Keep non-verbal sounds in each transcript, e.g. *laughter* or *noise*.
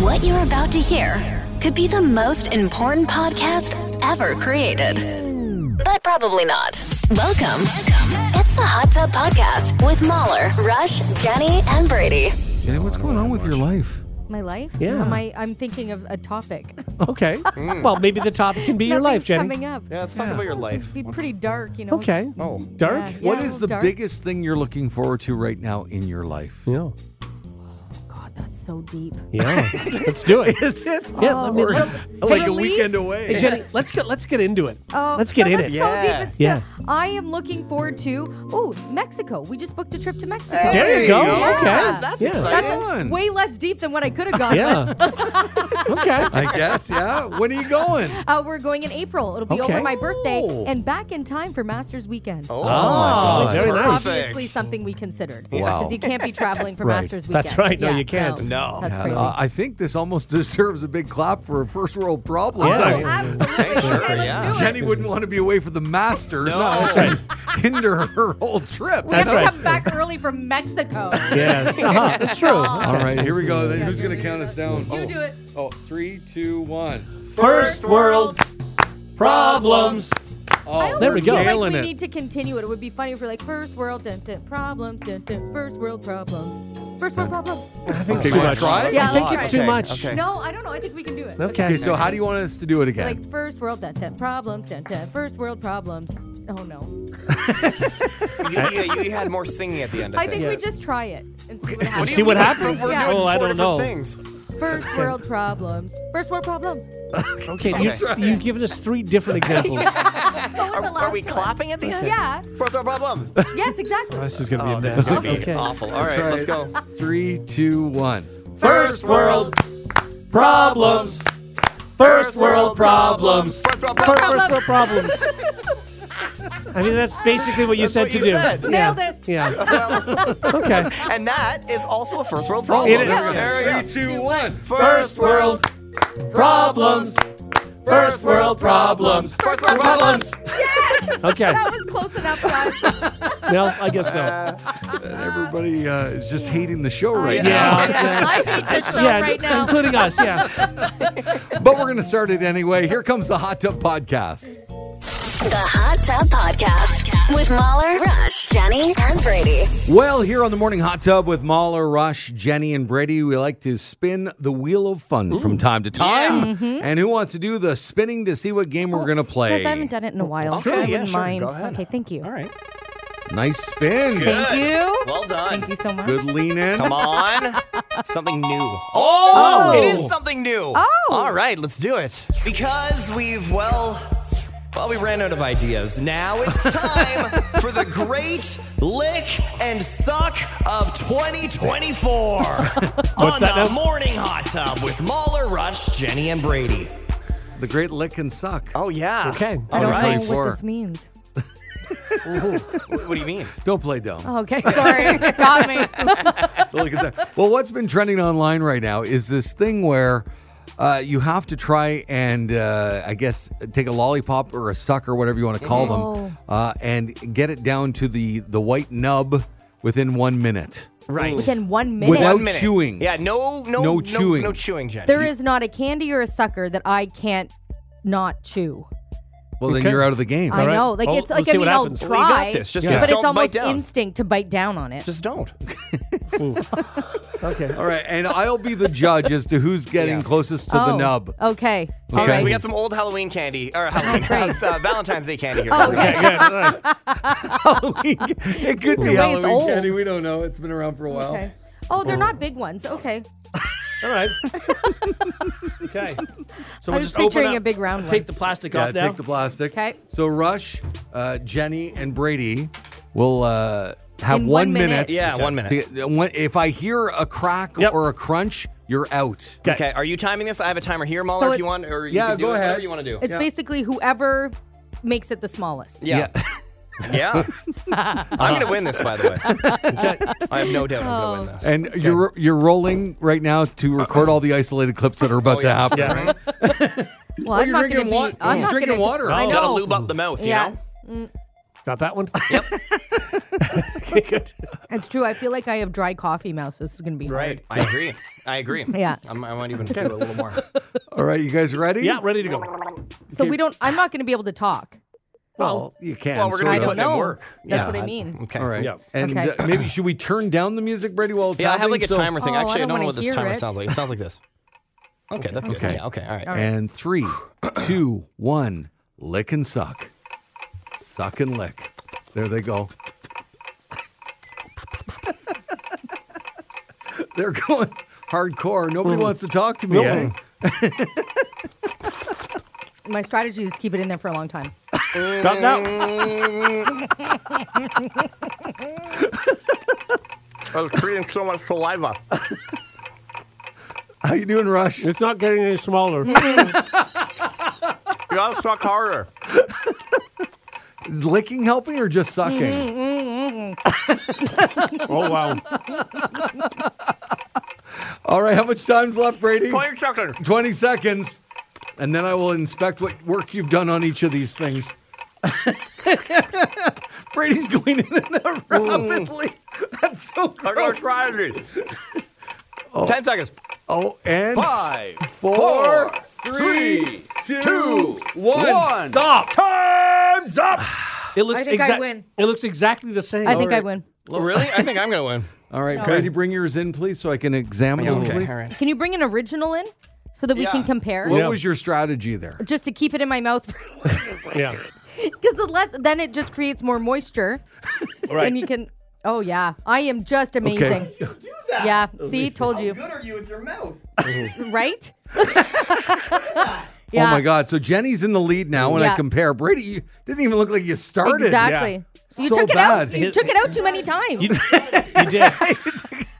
What you're about to hear could be the most important podcast ever created, but probably not. Welcome. It's the Hot Tub Podcast with Mahler, Rush, Jenny, and Brady. Jenny, what's going on with your life? My life? Yeah. Am I, I'm thinking of a topic. *laughs* *laughs* Okay. Hmm. Well, maybe the topic can be your life, Nothing's Jenny. Coming up. Yeah, let's talk about your life. It'd be pretty dark, you know. Okay. Oh, Dark. Yeah. What a is little the dark. biggest thing you're looking forward to right now in your life? Yeah. God, that's so deep. Yeah. *laughs* let's do *laughs* it. *laughs* Is it? Yeah. let me- Or let- is it *laughs* like a relief? weekend away? hey, Jenny, let's get let's get into it. Oh, let's get no, in that's it. So Yeah. deep. It's Yeah. just, I am looking forward to. Oh, Mexico. We just booked a trip to Mexico. There There you you go. go. Okay. Yeah. that's yeah. exciting. Come on. Way less deep than what I could have gone. Yeah. okay. I guess, yeah. When are you *laughs* going? Uh, we're going in April. It'll be Okay. over my birthday Oh. and back in time for Masters weekend. Oh, Oh, my God. very nice. Obviously, Perfect. something we considered. Wow. Because you can't be traveling for Right. Masters weekend. That's *laughs* right. No, Yeah, you can't. No. That's Yeah, crazy. uh, I think this almost *laughs* deserves a big clap for first world problems. Yeah. I oh, mean, absolutely. Sure, Okay, let's yeah. do it. Jenny wouldn't want to be away for the Masters. No. That would *laughs* hinder her whole trip. We have That's to right. come back early from *laughs* Mexico. Yes. Uh-huh. That's true. All right, here we go. Then Yeah, Who's here going to we count go. us down? You oh. do it. Oh, three, two, one. First world problems. Oh, I almost There we go. feel like Nailing we it. need to continue it. It would be funny if we're like first world dun, dun, problems, dun, dun, first world problems, first world problems. *laughs* Okay, too wanna much. try? Yeah, I think let's it's try too it. much. Okay. No, I don't know. I think we can do it. Okay. Okay, so how do you want us to do it again? Like first world dun, dun, problems, dun, dun, first world problems. Oh no. You, you, you had more singing at the end. I, I think we just try it and *laughs* see what And happens. see what happens. *laughs* We're Yeah. doing Oh, I four don't different know. things. First world problems, first world problems. Okay. Okay. You, you've given us three different examples. Go with Are, the are last we one. clapping at the end? Yeah. Fourth world problem. Yes, exactly. this is gonna be Oh, a this mess. is gonna be okay. awful. All right, let's go. Three, two, one. First world problems. First world problems. First First world problems. world problems. I mean, that's basically what you That's said what to you do. said. Nailed yeah. it. Yeah. okay. And that is also a first world Oh, problem. It is. there we go. Three, two, one. First world problems. First world problems. First world problems. Okay. That was close enough, guys. *laughs* No, I guess so. Uh, And everybody uh, is just hating the show right Yeah. now. Yeah, I hate this show yeah, right now. including us. Yeah. But we're going to start it anyway. Here comes the Hot Tub Podcast. The Hot Tub Podcast with Mahler, Rush, Jenny, and Brady. Well, here on the Morning Hot Tub with Mahler, Rush, Jenny, and Brady, we like to spin the wheel of fun from time to time. And who wants to do the spinning to see what game we're going to play? Guys, I haven't done it in a while. Okay, so I yeah, wouldn't sure, mind. go ahead. Okay, thank you. All right. Nice spin. Thank Good. you. Well done. Thank you so much. Good lean in. Come on. something new. Oh, it is something new. Oh. All right, let's do it. Because we've, well, well, we ran out of ideas. Now it's time *laughs* for the great lick and suck of *laughs* 2024 on that the now? morning hot tub with Mahler, Rush, Jenny, and Brady. The Great Lick and Suck. Oh, yeah. Okay. I All don't right. know what 24. this means. What do you mean? Don't play dumb. Oh, Okay, *laughs* sorry. Got me. Look at that. Well, what's been trending online right now is this thing where uh, you have to try and, uh, I guess, take a lollipop or a sucker, whatever you want to call them, Oh. uh, and get it down to the, the white nub within one minute. Right. Within one minute. Without- One minute. chewing. Yeah, no, no, No no chewing. No, chewing, Jenny. there is not a candy or a sucker that I can't not chew. Well, then Okay. you're out of the game. I right. know. Like Well, it's let's like I see what mean I'll happens. try. Well, you got this. Just- just but it's don't bite almost down. instinct to bite down on it. Just don't. Okay. All right, and I'll be the judge as to who's getting Yeah. closest to Oh, the nub. *laughs* Okay. All Okay. So right. we got some old Halloween candy, or Halloween, great. uh, Valentine's Day candy here. Oh, Okay. Good. All right. it could be It's Halloween old. candy. We don't know. It's been around for a while. okay. Oh, they're not big ones. Okay. All *laughs* right. Okay. So I we'll was just open picturing up- a big round one. Take the plastic Yeah, off now. take the plastic. Okay. So Rush, uh, Jenny, and Brady will uh, have In one, one minute. Yeah, one minute. to get- when- if I hear a crack Yep. or a crunch, you're out. Okay, are you timing this? I have a timer here, So Mahler, if you it's- want, or you Yeah, can do go it, ahead. whatever you want to do. It's basically whoever makes it the smallest. yeah, yeah. *laughs* I'm gonna win this, by the way. I have no doubt I'm Oh. gonna win this. *laughs* and you're you're rolling right now to record all the isolated clips that are about to Oh, yeah. happen. Yeah. right? Well, I'm you're not drinking going to wa- be. I'm he's not drinking gonna, water. I Gotta know. lube up the mouth, you Yeah. know. Got that one? Yep. *laughs* okay, good. It's true. I feel like I have dry coffee mouth. So this is going to be Right. I agree. I agree. *laughs* Yeah. I'm, I might even do a little more. All right, you guys ready? Yeah, ready to go. hard. So we don't, I'm not going to be able to talk. Well, you can. Well, we're sort gonna I of. be don't putting in know. work. That's Yeah. what I mean. Okay. All right. Yeah. And Okay. uh, maybe should we turn down the music, Brady? While it's Yeah, I have happening? like a So- timer thing. Oh, I Actually, I don't don't know wanna what this hear timer it. sounds like. It sounds like this. Okay, that's Okay. good. Yeah, okay, all right. And *clears throat* three, two, one. Lick and suck. Suck and lick. There they go. *laughs* They're going hardcore. Nobody Mm. wants to talk to me. eh? My strategy is to keep it in there for a long time. Got that? I was creating so much *laughs* saliva. How you doing, Rush? Mm-hmm. It's not getting *laughs* any smaller. You gotta suck harder. Is licking helping or just sucking? Mm-hmm. oh, wow. All right, how much time's left, Brady? seconds. 20 seconds, and then I will inspect what work you've done on each of these things. *laughs* Brady's going in and out Mm. rapidly. *laughs* That's so gross. strategy. Ten seconds. Oh, and Five, four, three, two, two, one. one. Stop. Time's up. It looks I think I exact- win. It looks exactly the same. I think I right. win. Well, really? I think I'm gonna win. All right, Brady, bring yours in, please, so I can examine Oh, them, please. right. Can you bring an original in so that we Yeah. can compare? What Yeah. was your strategy there? Just to keep it in my mouth, *laughs* Yeah. because the less then it just creates more moisture, *laughs* and you can. Oh yeah, I am *laughs* just amazing. Yeah, see, told you, Good are you with your mouth? *laughs* right? yeah, Oh my God! So Jenny's in the lead now. When I Yeah. compare, Brady, you didn't even look like you started. exactly. You So took it bad. out. You took it out too many times. *laughs* You did.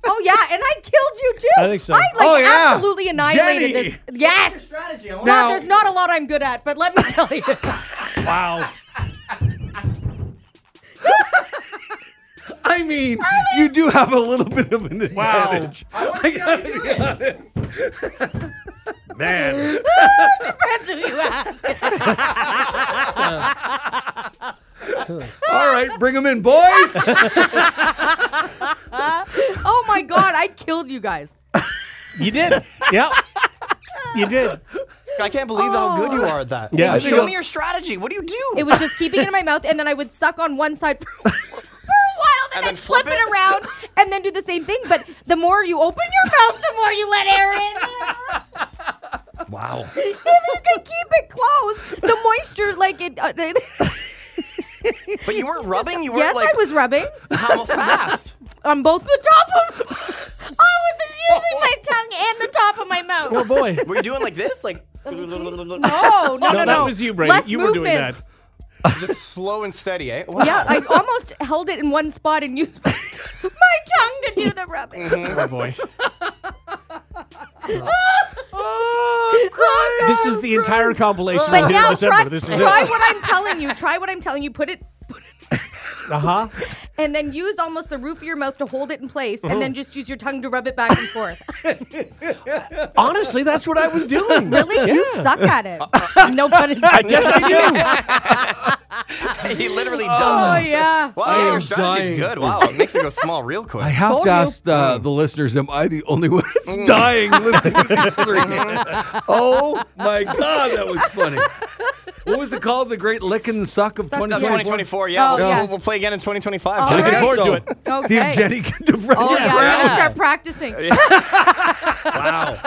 oh yeah, and I killed you too. I think so. I like Oh, yeah. absolutely annihilated Jenny. this. Yes. Now- God, there's not a lot I'm good at, but let me *laughs* tell you. Wow. I mean, you do have a little bit of an Wow. advantage. Man. Depends who you ask. All right, bring them in, boys. *laughs* Oh my god, I killed you guys. You did. Yep. You did. I can't believe how good Oh. you are at that. Yeah. Hey, show Sure. me your strategy. What do you do? It was just keeping it in my mouth, and then I would suck on one side for, *laughs* for a while, and, And then, then flip flip it. it? around, and then do the same thing. But the more you open your mouth, the more you let air in. wow. *laughs* if you can keep it closed, the moisture, like it. uh, it- But you weren't rubbing. You weren't yes, like I was rubbing *laughs* how fast? on both the top of. oh, I was just using my tongue and the top of my Oh, mouth. boy. Were you doing like this? Like No, no, no, no. that was you, Brady. Less you were doing movement. that. just slow and steady, eh? Yeah, I almost held it in one spot and used *laughs* my tongue to do the rubbing. Oh, boy. Oh, God. This is the entire compilation But of Hidden now December. try, this is try it. what I'm telling you. Try what I'm telling you. Put it, Uh huh. and then use almost the roof of your mouth to hold it in place, and Mm-hmm. then just use your tongue to rub it back and *laughs* forth. Honestly, that's what I was doing. really, you suck at it. no pun intended. *laughs* I guess I *laughs* do. *laughs* he literally Oh doesn't. yeah. Wow, I am your dying. strategy's good. Wow, it makes it go small real quick. I have Told to you. ask uh, the listeners, am I the only one that's Mm. dying listening to these *laughs* *laughs* three? oh my God, that was funny. What was it called? The Great Lick and Suck of Suck- Of 2024? 2024, yeah, Oh, we'll, yeah. We'll, we'll play again in 2025. All Jenny. Looking right. forward to it. Okay. See if Jenny can defend Oh yeah, we're Yeah. gonna start practicing. Wow.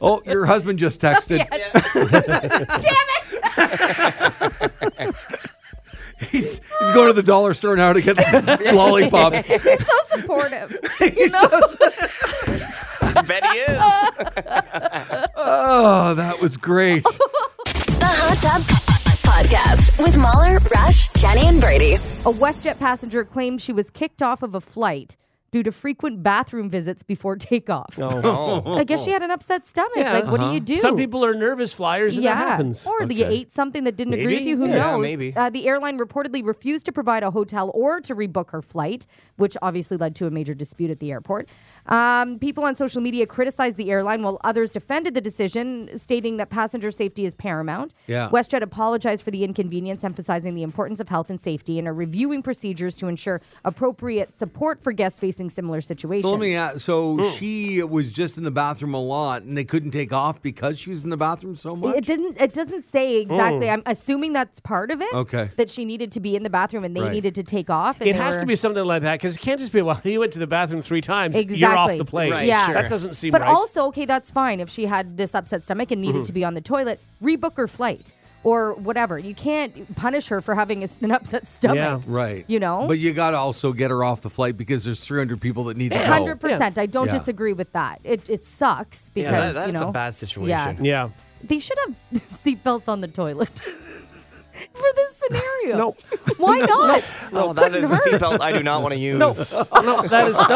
Oh, your husband just texted. Yeah. *laughs* Damn it! He's, he's going to the dollar store now to get *laughs* these lollipops. It's so supportive. You know, I bet he *laughs* is. Oh, that was great. Oh. The Hot Tub Podcast with Mahler, Rush, Jenny, and Brady. a WestJet passenger claimed she was kicked off of a flight due to frequent bathroom visits before takeoff. Oh. I guess she had an upset stomach. Yeah. Like, what do Uh-huh. you do? Some people are nervous flyers, and yeah. that happens. Or that you Okay. ate something that didn't agree Maybe. with you. Who Yeah, knows? maybe. Uh, the airline reportedly refused to provide a hotel or to rebook her flight, which obviously led to a major dispute at the airport. Um, people on social media criticized the airline while others defended the decision, stating that passenger safety is paramount. Yeah. WestJet apologized for the inconvenience, emphasizing the importance of health and safety and are reviewing procedures to ensure appropriate support for guests facing similar situations. So let me ask. So Mm. she was just in the bathroom a lot, and they couldn't take off because she was in the bathroom so much. It didn't. It doesn't say exactly. I'm assuming that's part of it. Okay. That she needed to be in the bathroom and they Right. needed to take off. And It they has to were- be something like that because it can't just be, well, *laughs* you went to the bathroom three times, Exactly. you're off the plane. Right, yeah. sure. That doesn't seem But right. also, okay, that's fine. If she had this upset stomach and needed to be on the toilet, rebook her flight or whatever. You can't punish her for having a s- an upset stomach. Yeah. right. You know? But you got to also get her off the flight because there's 300 people that need to go. Hundred percent. I don't Yeah. disagree with that. It, it sucks because Yeah, that, that's you know a bad Yeah. situation. yeah. they should have *laughs* seatbelts on the toilet *laughs* for this *laughs* scenario. No. why not? Oh, It that couldn't is a hurt. seatbelt I do not want to use. *laughs* No, no, that is no,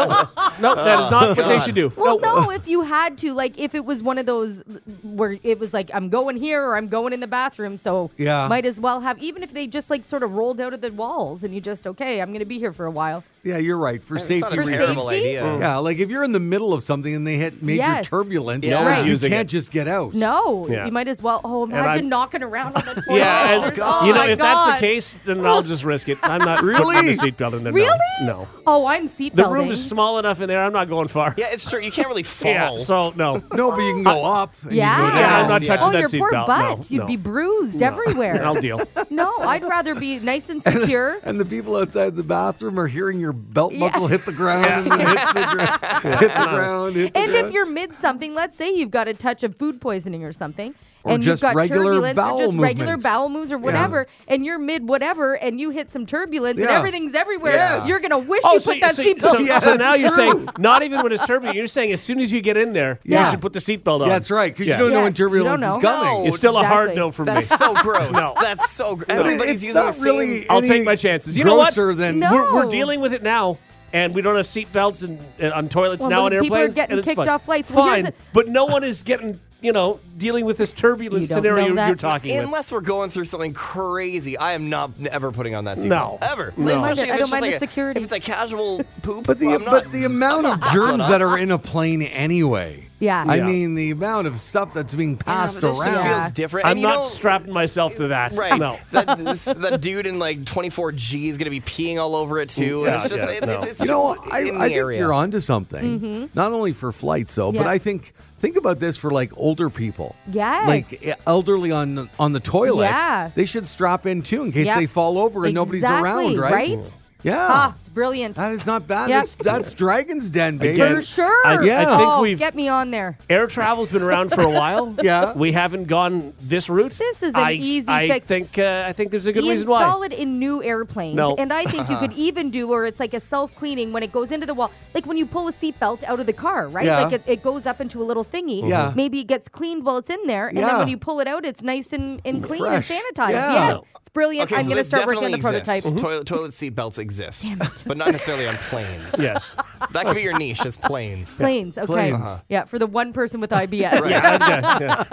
no, that is not what they God. should do. Well, no. *laughs* no, if you had to, like, if it was one of those where it was like, I'm going here or I'm going in the bathroom, so Yeah. might as well have, even if they just like sort of rolled out of the walls and you just, okay, I'm going to be here for a while. Yeah, you're right. For It's safety Mm. not a For reasons. terrible safety? idea. Yeah, like if you're in the middle of something and they hit major Yes. turbulence, Yeah. No you one's using can't it. just get out. No, Yeah. you might as well. Oh, I- imagine knocking around on the toilet. *laughs* Yeah, and, There's- oh you know, my if that's God. the case, then I'll just risk it. I'm not putting Really? the seatbelt in there. no. Really? No. Oh, I'm seatbelting. The room is small enough in there. I'm not going far. Yeah, it's true. You can't really fall. *laughs* Yeah, so no. No, but you can go up. And Uh, Yeah. You go Yeah, down. I'm not Yeah. touching Oh, your that poor seatbelt. butt. No, You'd no. be bruised *laughs* everywhere. I'll deal. No, I'd rather be nice and *laughs* secure. And the people outside the bathroom are hearing your belt buckle hit the ground and then hit the, *laughs* gr- hit the ground. Hit the And ground. if you're mid something, let's say you've got a touch of food poisoning or something, Or and just you've got regular turbulence bowel or just regular movements. bowel moves or whatever, and you're mid whatever, and you hit some turbulence, and Yeah. everything's everywhere. Yes. You're gonna wish Oh, you so, put that so, seatbelt. so, on. Yeah, so now it's you're saying true. not even when it's turbulent. You're saying as soon as you get in there, Yeah. you should put the seatbelt on. Yeah, that's right, because Yeah. you don't know Yeah, when you don't turbulence know. is coming. No. It's still a hard Exactly. no for me. That's so gross. No. That's so gross. But it- Everybody's it's using the not same- really. I'll any take my chances. You know what? Grosser than No. We're, we're dealing with it now, and we don't have seatbelts and, and on toilets Well, now on then people are airplanes. getting and it's kicked fine. off flights. Well, here's Fine, the- but no one is getting you know dealing with this turbulent You don't scenario know that. you're talking with. Unless we're going through something crazy, I am not ever putting on that seatbelt. No. ever. No. I mind don't Especially it. I if it's don't just mind like the a- security. If it's a casual poop, But the I'm not- but the amount *laughs* of germs that are in a plane anyway. Yeah. I Yeah. mean the amount of stuff that's being Yeah, passed but this around. just Yeah. feels different. I'm And you not know- strapping myself to that. Right. No. That, this, that dude in like 24G is going to be peeing all over it too. and Yeah, it's just, yeah, it's, no. it's, it's You know, just I, in the I think area. you're onto something. Not only for flights though, but Mm-hmm. Yeah. I think think about this for like older people. Yes. Like eh, elderly on the, on the toilet. Yeah. They should strap in too in case Yep. they fall over and nobody's Exactly, around, right? right? Yeah. Ah, it's brilliant. That is not bad. Yep. That's, that's Dragon's Den, baby. Again. For sure. I- I Yeah. think oh, we've- get me on there. Air travel's been around for a while. *laughs* Yeah. We haven't gone this route. This is an I, easy I fix. think uh, I think there's a good you reason install why. it in new airplanes. No. And I think you could even do where it's like a self cleaning when it goes into the wall. Like when you pull a seatbelt out of the car, right? Yeah. Like it, it goes up into a little thingy. Yeah. Maybe it gets cleaned while it's in there. And Yeah. then when you pull it out, it's nice and, and clean Fresh. and sanitized. Yeah. Mm-hmm. Yes. It's brilliant. Okay, I'm so going to this start working on the definitely prototype. Mm-hmm. exists. Toilet, toilet seat belts exist, but not necessarily on planes. *laughs* Yes. That could be your niche is planes. Planes. Okay. Planes. Uh-huh. Yeah. For the one person with IBS. yeah, yeah.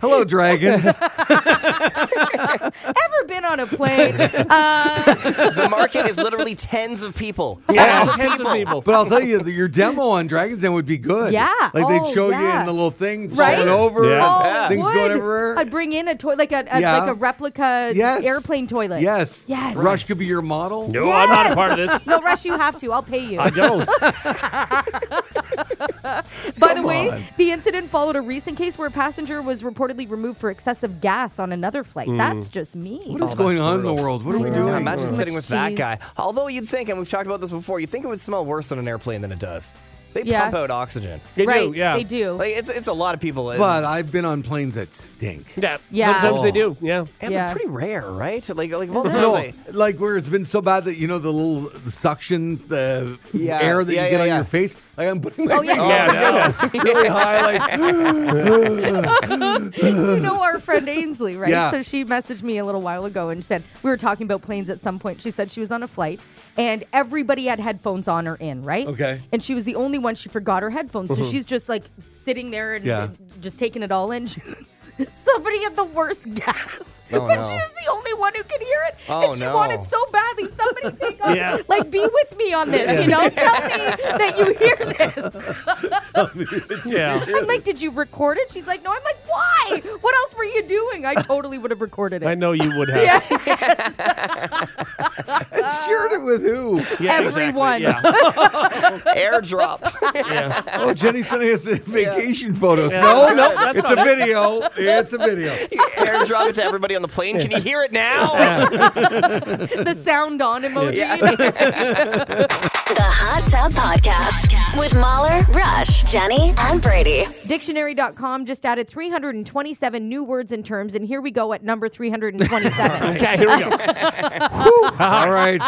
Hello, *laughs* dragons. Ever been on a plane? uh, The market is literally tens of *laughs* people. Yeah, Tens of tens of people. people. But I'll tell you, your demo on Dragon's Den would be good. Yeah. Like they'd Oh, show you yeah. in the little thing, Right? falling over, Yeah. oh, Yeah. things would. going everywhere. I'd bring in a toilet, like a, a- Yeah. like a replica yes. airplane toilet. Yes. Yes. Rush could be your model. No, I'm not a part of this. No, Rush, you have to. I'll pay you. I don't. By the Come way, on. the incident followed a recent case where a passenger was reportedly removed for excessive gas on another flight. That's just me. What is going on in the world? What are we know. doing? Oh, Yeah, imagine Much sitting with that cheese. guy. Although you'd think, and we've talked about this before, you think it would smell worse on an airplane than it does. They Yeah. pump out oxygen. They right? do. Yeah. They do. Like it's it's a lot of people. and- But I've been on planes that stink. Yeah. Yeah. Sometimes they Oh. do. Yeah. and Yeah. they're pretty rare, right? Like like well, No, *laughs* like where it's been so bad that you know the little suction, the Yeah, air that yeah, you get yeah, on yeah. your face. Like I'm putting my Oh, yeah. finger Yeah, up really high. Like *laughs* you know our friend Ainsley, right? Yeah. So she messaged me a little while ago and said we were talking about planes at some point. She said she was on a flight and everybody had headphones on or in, right? Okay. And she was the only one she forgot her headphones. So she's just like sitting there and, Yeah. and just taking it all in. *laughs* Somebody had the worst gas. *laughs* Oh, but no. she was the only one who could hear it. Oh, and she no. wanted so badly somebody take off. Yeah. Like, be with me on this, you know? Tell me that you hear this. *laughs* yeah. I'm like, did you record it? She's like, no. I'm like, why? What else were you doing? I totally would have recorded it. *laughs* I know you would have. Yeah, shared it with *laughs* who? Yeah, Everyone. Exactly. Yeah. Airdrop. *laughs* Oh, Jenny's sending us vacation photos. Yeah. No, No, that's it's a not it. *laughs* video. It's a video. Airdrop it to everybody on the plane. Can you hear *laughs* it now? the sound on emoji. *laughs* The Hot Tub Podcast with Mahler, Rush, Jenny, and Brady. Dictionary.com just added 327 new words and terms, and here we go at number 327. Okay, here we go. All right.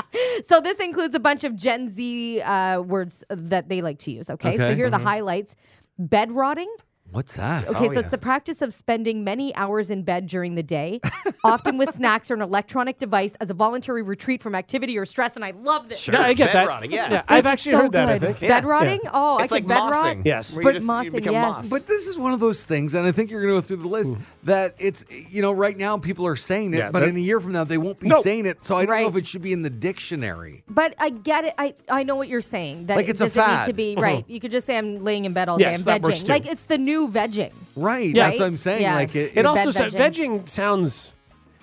So this includes a bunch of Gen Z uh, words that they like to use. Okay, so Okay. here are the highlights: bed rotting. What's that? Okay, so it's the practice of spending many hours in bed during the day, often with snacks or an electronic device as a voluntary retreat from activity or stress. And I love this. No, I get Bed that. rotting, yeah. I've This is actually so heard that. I good. think. Bed rotting? Oh, It's I like could bed rot. mossing. Yes. Where But you just, you mossing, become yes. moss. But this is one of those things, and I think you're going to go through the list that it's you know right now people are saying it, Yeah, but that- in a year from now they won't be No. saying it. So I don't know Right. if it should be in the dictionary. But I get it. I, I know what you're saying. That Like, it it's a doesn't need to fad. be right. You could just say I'm laying in bed all Uh-huh. Yes, day. I'm that vegging. works too. Like it's the new vegging. Right. Yeah. That's what I'm saying. Yeah. Like it, It it- also bed sounds vegging. vegging sounds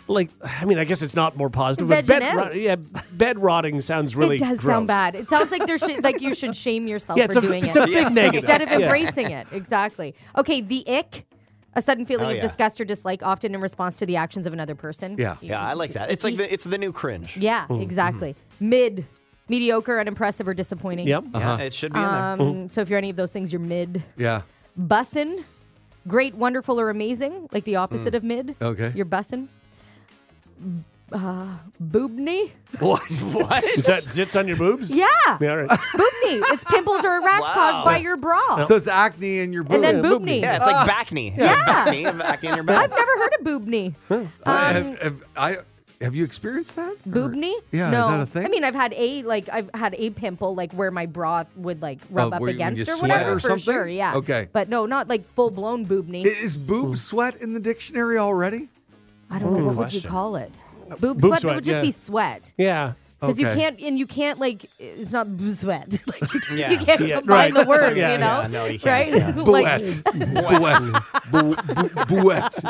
like I mean I guess it's not more positive, Vegging but bed out. rot- yeah, bed rotting sounds really it does gross. sound bad. It sounds like there should like you should shame yourself Yeah, for it's a, doing it's it a big negative instead of *laughs* Yeah. embracing it. Exactly. Okay, the ick, a sudden feeling Oh, of yeah. disgust or dislike, often in response to the actions of another person. Yeah. yeah, I like that. It's like the, it's the new cringe. Yeah, Mm-hmm. exactly. Mid, mediocre, unimpressive, or disappointing. Yep. Mm-hmm. Yeah, it should be in there. Um, So if you're any of those things, you're mid. yeah. Bussin, great, wonderful, or amazing, like the opposite of mid. Hmm. Okay. You're bussin. B- Uh, boobney? *laughs* What? what? Is that zits on your boobs? Yeah, Yeah, all right. boobney. It's pimples or a rash caused Wow. by your *laughs* bra. So it's acne in your boob. and then Yeah, boobney. boobney. Yeah, it's like back knee. Yeah. Back knee, back knee in your back. I've never heard of boobney. I- Um, have, have I have you experienced that? Or- boobney? Yeah, is no. that a thing? I mean, I've had a like, I've had a pimple like where my bra would like rub Oh, up where you- when against you or sweat whatever or for something? sure. Yeah. Okay. But no, not like full blown boobney. I- Is boob sweat in the dictionary already? I don't know what would you question. Uh, call it. Boob, boob sweat, It sweat, would just yeah. be sweat. Yeah. Because you Okay. can't, and you can't like, it's not boob sweat. *laughs* like, you, can't- *laughs* Yeah. you can't Yeah, combine right. the words, Yeah, you know? yeah, no, you can't, Right? *laughs* yeah. like, Bouette. *laughs* Bouette. Bou- bou- Bouette.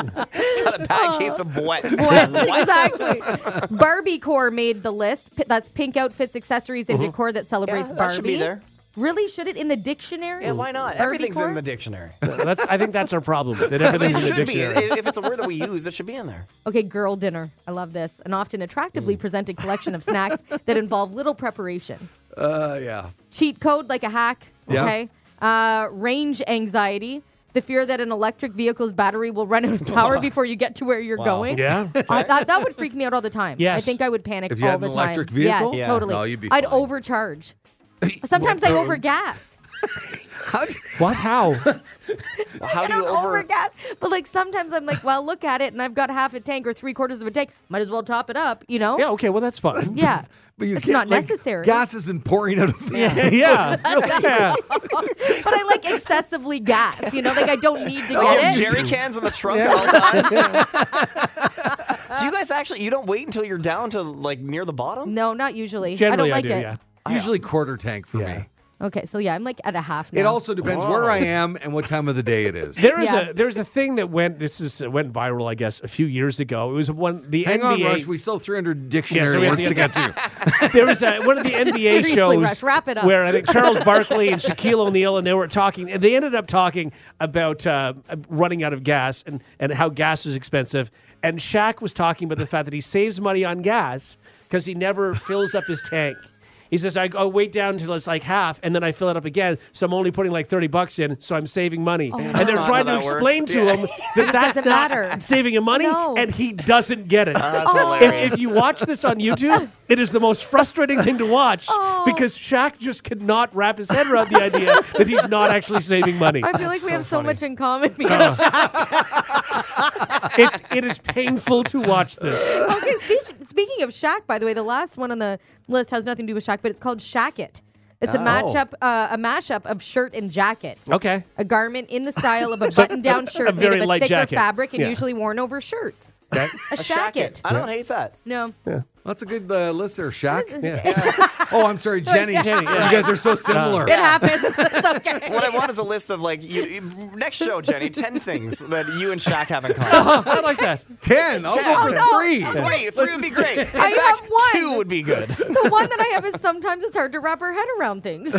Got a bad case of *laughs* wet. exactly. Barbie core made the list. P- that's pink outfits, accessories, Uh-huh. and decor that celebrates Yeah, that Barbie. should be there. Really? Should it in the dictionary? Yeah, why not? Barbie Everything's core? in the dictionary. That's I think that's our problem. That I mean, it everything's in the should be. dictionary. If it's a word that we use, it should be in there. Okay, girl dinner. I love this. An often Mm. attractively presented collection of snacks that involve little preparation. Uh, yeah. cheat code like a hack. Yeah. Okay. Uh, range anxiety, the fear that an electric vehicle's battery will run out of *laughs* power before you get to where you're going. *laughs* Yeah. I, that, that would freak me out all the time. I Yes. think I would panic If you all had the an time. electric Yes, vehicle? Yeah. totally. No, you'd be I'd fine. overcharge. Sometimes I overgas. How do, What? How? Well, how I do you don't over? overgas, but like sometimes I'm like, well, look at it, and I've got half a tank or three quarters of a tank. Might as well top it up, you know? Yeah. Okay. Well, that's fun. Yeah. *laughs* but you It's can't, not like, necessary. Gas isn't pouring out of the *laughs* Yeah. yeah. *laughs* but I like excessively gas, you know? Like I don't *laughs* need to Oh, get it. jerry cans in the trunk at all times. do you guys actually? You don't wait until you're down to like near the bottom. No, not usually. Generally, I don't like do. it. Yeah. Usually quarter tank for Yeah. me. Okay, so yeah, I'm like at a half now. It also depends where I am and what time of the day it is. There is Yeah. a there's a thing that went this is it went viral I guess a few years ago. It was one the Hang NBA. on, Rush. We still have 300 dictionary Yeah, so we have words to the- get to. *laughs* there was a, one of the *laughs* NBA Seriously, shows Rush, wrap it up. where I think *laughs* Charles Barkley and Shaquille O'Neal and they were talking, and they ended up talking about uh, running out of gas and, and how gas is expensive. And Shaq was talking about the fact that he saves money on gas because he never fills up his tank. He says, I go wait down until it's like half, and then I fill it up again. So I'm only putting like 30 bucks in, so I'm saving money. Oh, and they're That's trying to not how that explain works. *laughs* to Yeah. him that that's doesn't not matter. saving him money, No. and he doesn't get it. That's hilarious. if, if you watch this on YouTube, it is the most frustrating thing to watch because Shaq just could not wrap his head around the idea that he's not actually saving money. *laughs* I feel like we have so funny. much in common. because- *laughs* It's it is painful to watch this. okay, spe- speaking of Shaq, by the way, the last one on the list has nothing to do with Shaq, but it's called Shack It. It's a matchup, uh, a mashup of shirt and jacket. Okay. A garment in the style *laughs* of a button-down shirt Oh. a very made of a light thicker jacket. fabric and Yeah. usually worn over shirts. Okay. *laughs* A, shacket. I don't hate that. No. That's a good uh, list there, Shaq. Yeah. *laughs* Oh, I'm sorry, Jenny. Jenny, yeah. You guys are so similar. It happens. it's okay. What I want is a list of like you, you- next show, Jenny. Ten things that you and Shaq have in common. I like that. *laughs* Ten. I'll Ten. go for Oh, no. three. Three, *laughs* three would be great. In I have fact, one. two would *laughs* be good. The one that I have is sometimes it's hard to wrap our head around things.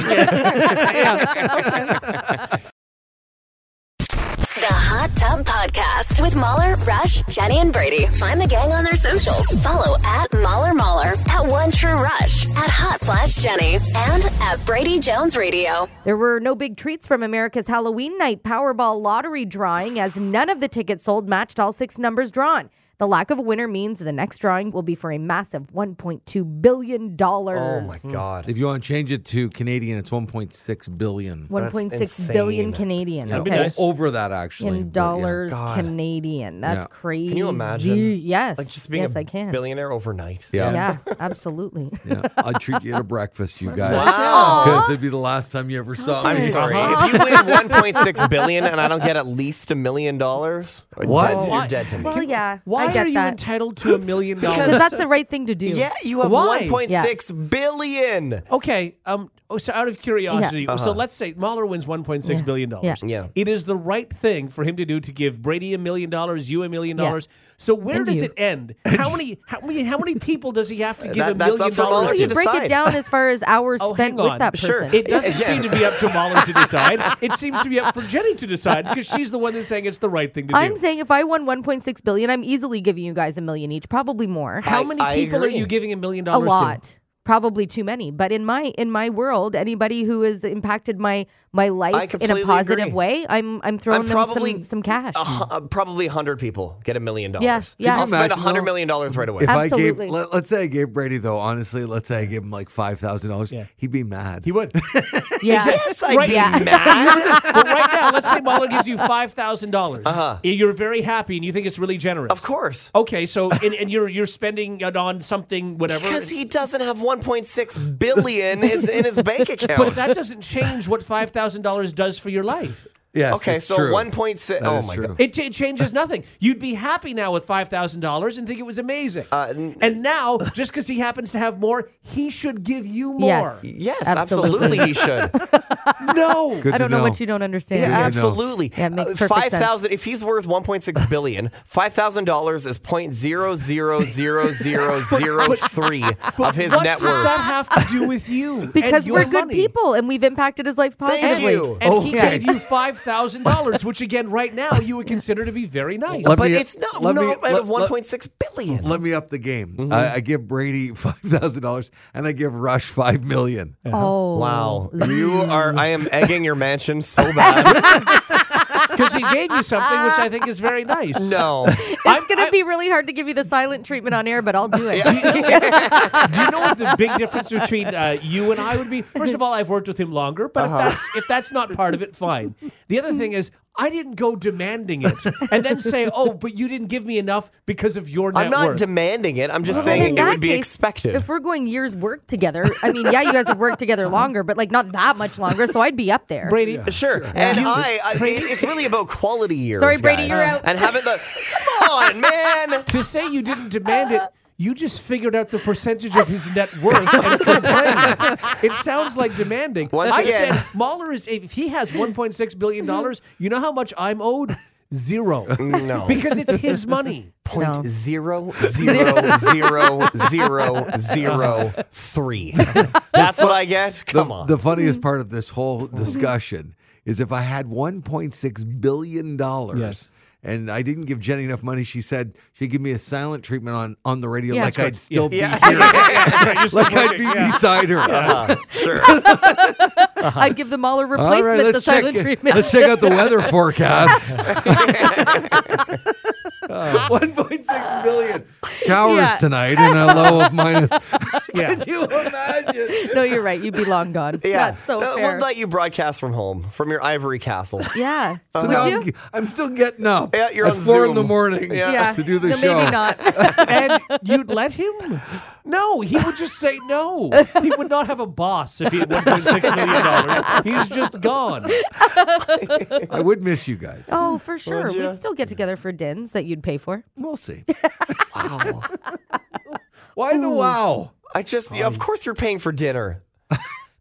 The Hot Tub Podcast with Mahler, Rush, Jenny, and Brady. Find the gang on their socials. Follow at Mahler Mahler, at One True Rush, at Hot Flash Jenny, and at Brady Jones Radio. There were no big treats from America's Halloween night Powerball lottery drawing as none of the tickets sold matched all six numbers drawn. The lack of a winner means the next drawing will be for a massive $1.2 billion. Oh my god. If you want to change it to Canadian, it's 1.6 billion. insane. 1.6 billion Canadian. That'd be Okay. nice. O- Over that, actually. In but yeah. dollars God. Canadian. That's Yeah. crazy. Can you imagine? Yes. Like just being yes, a I can. billionaire overnight. Yeah. Yeah, *laughs* *laughs* absolutely. Yeah. I'd treat you to breakfast, you guys. Wow. Because it'd be the last time you ever saw I'm me. sorry. Uh-huh. If you *laughs* win 1.6 billion and I don't get at least a million dollars, you're What? dead- You're dead to me. well, yeah. Why I get are you that. entitled to a million Because dollars? that's the right thing to do. Yeah, you have Why? 1.6 billion. Okay. Um. oh, So, out of curiosity, so let's say Mahler wins one point six Yeah. billion dollars. Yeah. Yeah. It is the right thing for him to do to give Brady a million dollars, you a million Yeah. dollars. So where And does you. it end? How many? How many? How many people does he have to give That- a that's up million for Mahler dollars? Well, to to? you break decide. it down as far as hours Oh, spent hang on. with that Sure. person. *laughs* It doesn't seem to be up to Mahler to decide. It seems to be up for Jenny to decide because she's the one that's saying it's the right thing to I'm do. saying if I won 1.6 billion, I'm easily giving you guys a million each, probably more. How I- many I people agree. are you giving a million a dollars lot. to? Probably too many, but in my in my world, anybody who has impacted my my I life in completely a positive agree. way, I'm I'm throwing I'm them probably some, some cash. a hu- uh, probably 100 people get a million dollars. yeah. I'll you Could spend imagine, 100 though? million dollars right away. If I Absolutely. gave, let, us say I gave Brady, though, honestly, let's say I gave him like $5,000, Yeah. he'd be mad. He would. yeah. yes, I'd Right. be Yeah. mad. *laughs* but right now, let's say Mahler gives you five dollars. Uh-huh. You're very happy and you think it's really generous. of course. *laughs* Okay, so and, and you're you're spending it on something whatever. Because he doesn't have 1.6 billion is in his *laughs* bank but account. that doesn't change what five thousand dollars does for your life. Yes, okay, it's so true. 1.6. That Oh is my true. god. It, it changes nothing. You'd be happy now with five thousand dollars and think it was amazing. Uh, n- and now, just because he happens to have more, he should give you more. Yes. *laughs* Yes, absolutely, Absolutely. he should. *laughs* No. Good I to don't know. know. what you don't understand. Um, Yeah, Yeah, no. absolutely. Uh, Yeah, it makes perfect Five sense. thousand. If he's worth one point six billion, five thousand dollars is point zero zero zero zero *laughs* zero three of his what net does that worth. have to do with you? Because and your we're good money? people and we've impacted his life Thank positively. you. And he Okay. gave you five thousand dollars, which again, right now, you would consider to be very nice. *laughs* Let But me- it's not let me- not out let- of one point six billion. Let me up the game. Mm-hmm. I, I give Brady *laughs* $5,000 and I give Rush $5 million. Oh. *laughs* Wow, you are. I am egging your mansion so *laughs* bad. Because he gave you something, which I think is very nice. *laughs* no, It's going to be really hard to give you the silent treatment on air, but I'll do it. Do you know what the big difference between uh, you and I would be? First of all, I've worked with him longer, but Uh-huh. if, that's, if that's not part of it, fine. The other thing is, I didn't go demanding it and then say, "Oh, but you didn't give me enough because of your net I'm not worth." demanding it. I'm just Well, then in saying it that would be case, expected. If we're going years work together, I mean, yeah, you guys have worked together longer, but like not that much longer. So I'd be up there. Brady, Sure, and I, I it- it's really about quality years. Sorry, Brady, guys. you're out. And having the come *laughs* on, man. to say you didn't demand it. You just figured out the percentage of his net worth *laughs* and complained. It sounds like demanding. Once I again- said Mahler is if he has 1.6 billion dollars, you know how much I'm owed? Zero. *laughs* No. Because it's his money. point *laughs* zero zero zero zero zero three. That's what I get. Come *laughs* on. The funniest Mm-hmm. part of this whole discussion is if I had $1.6 billion Yes. and I didn't give Jenny enough money. She said she'd give me a silent treatment on, on the radio, Yeah, like that's I'd good. still Yeah. be *laughs* here, Right, you're still like I'd working, be yeah. beside her. Uh, sure. I'd give the Mahler All replacement right, the let's check. silent treatment. Let's check out the weather forecast. One point six billion showers Yeah. tonight and a low of minus. Yeah. Can you imagine? *laughs* no, you're right. You'd be long gone. Yeah. That's so Uh, fair. We'll let you broadcast from home, from your ivory castle. yeah. So uh, Would now you? I'm, I'm still getting up Yeah, you're at on four in Zoom. the morning Yeah. yeah. to do the no, show. Maybe not. *laughs* and you'd let him? No, he would just say no. He would not have a boss if he had one point six million dollars. He's just gone. I would miss you guys. oh, for sure. Would ya? We'd still get together for dins that you'd pay for. We'll *laughs* see. wow. Why the wow? I just, yeah, of course, you're paying for dinner.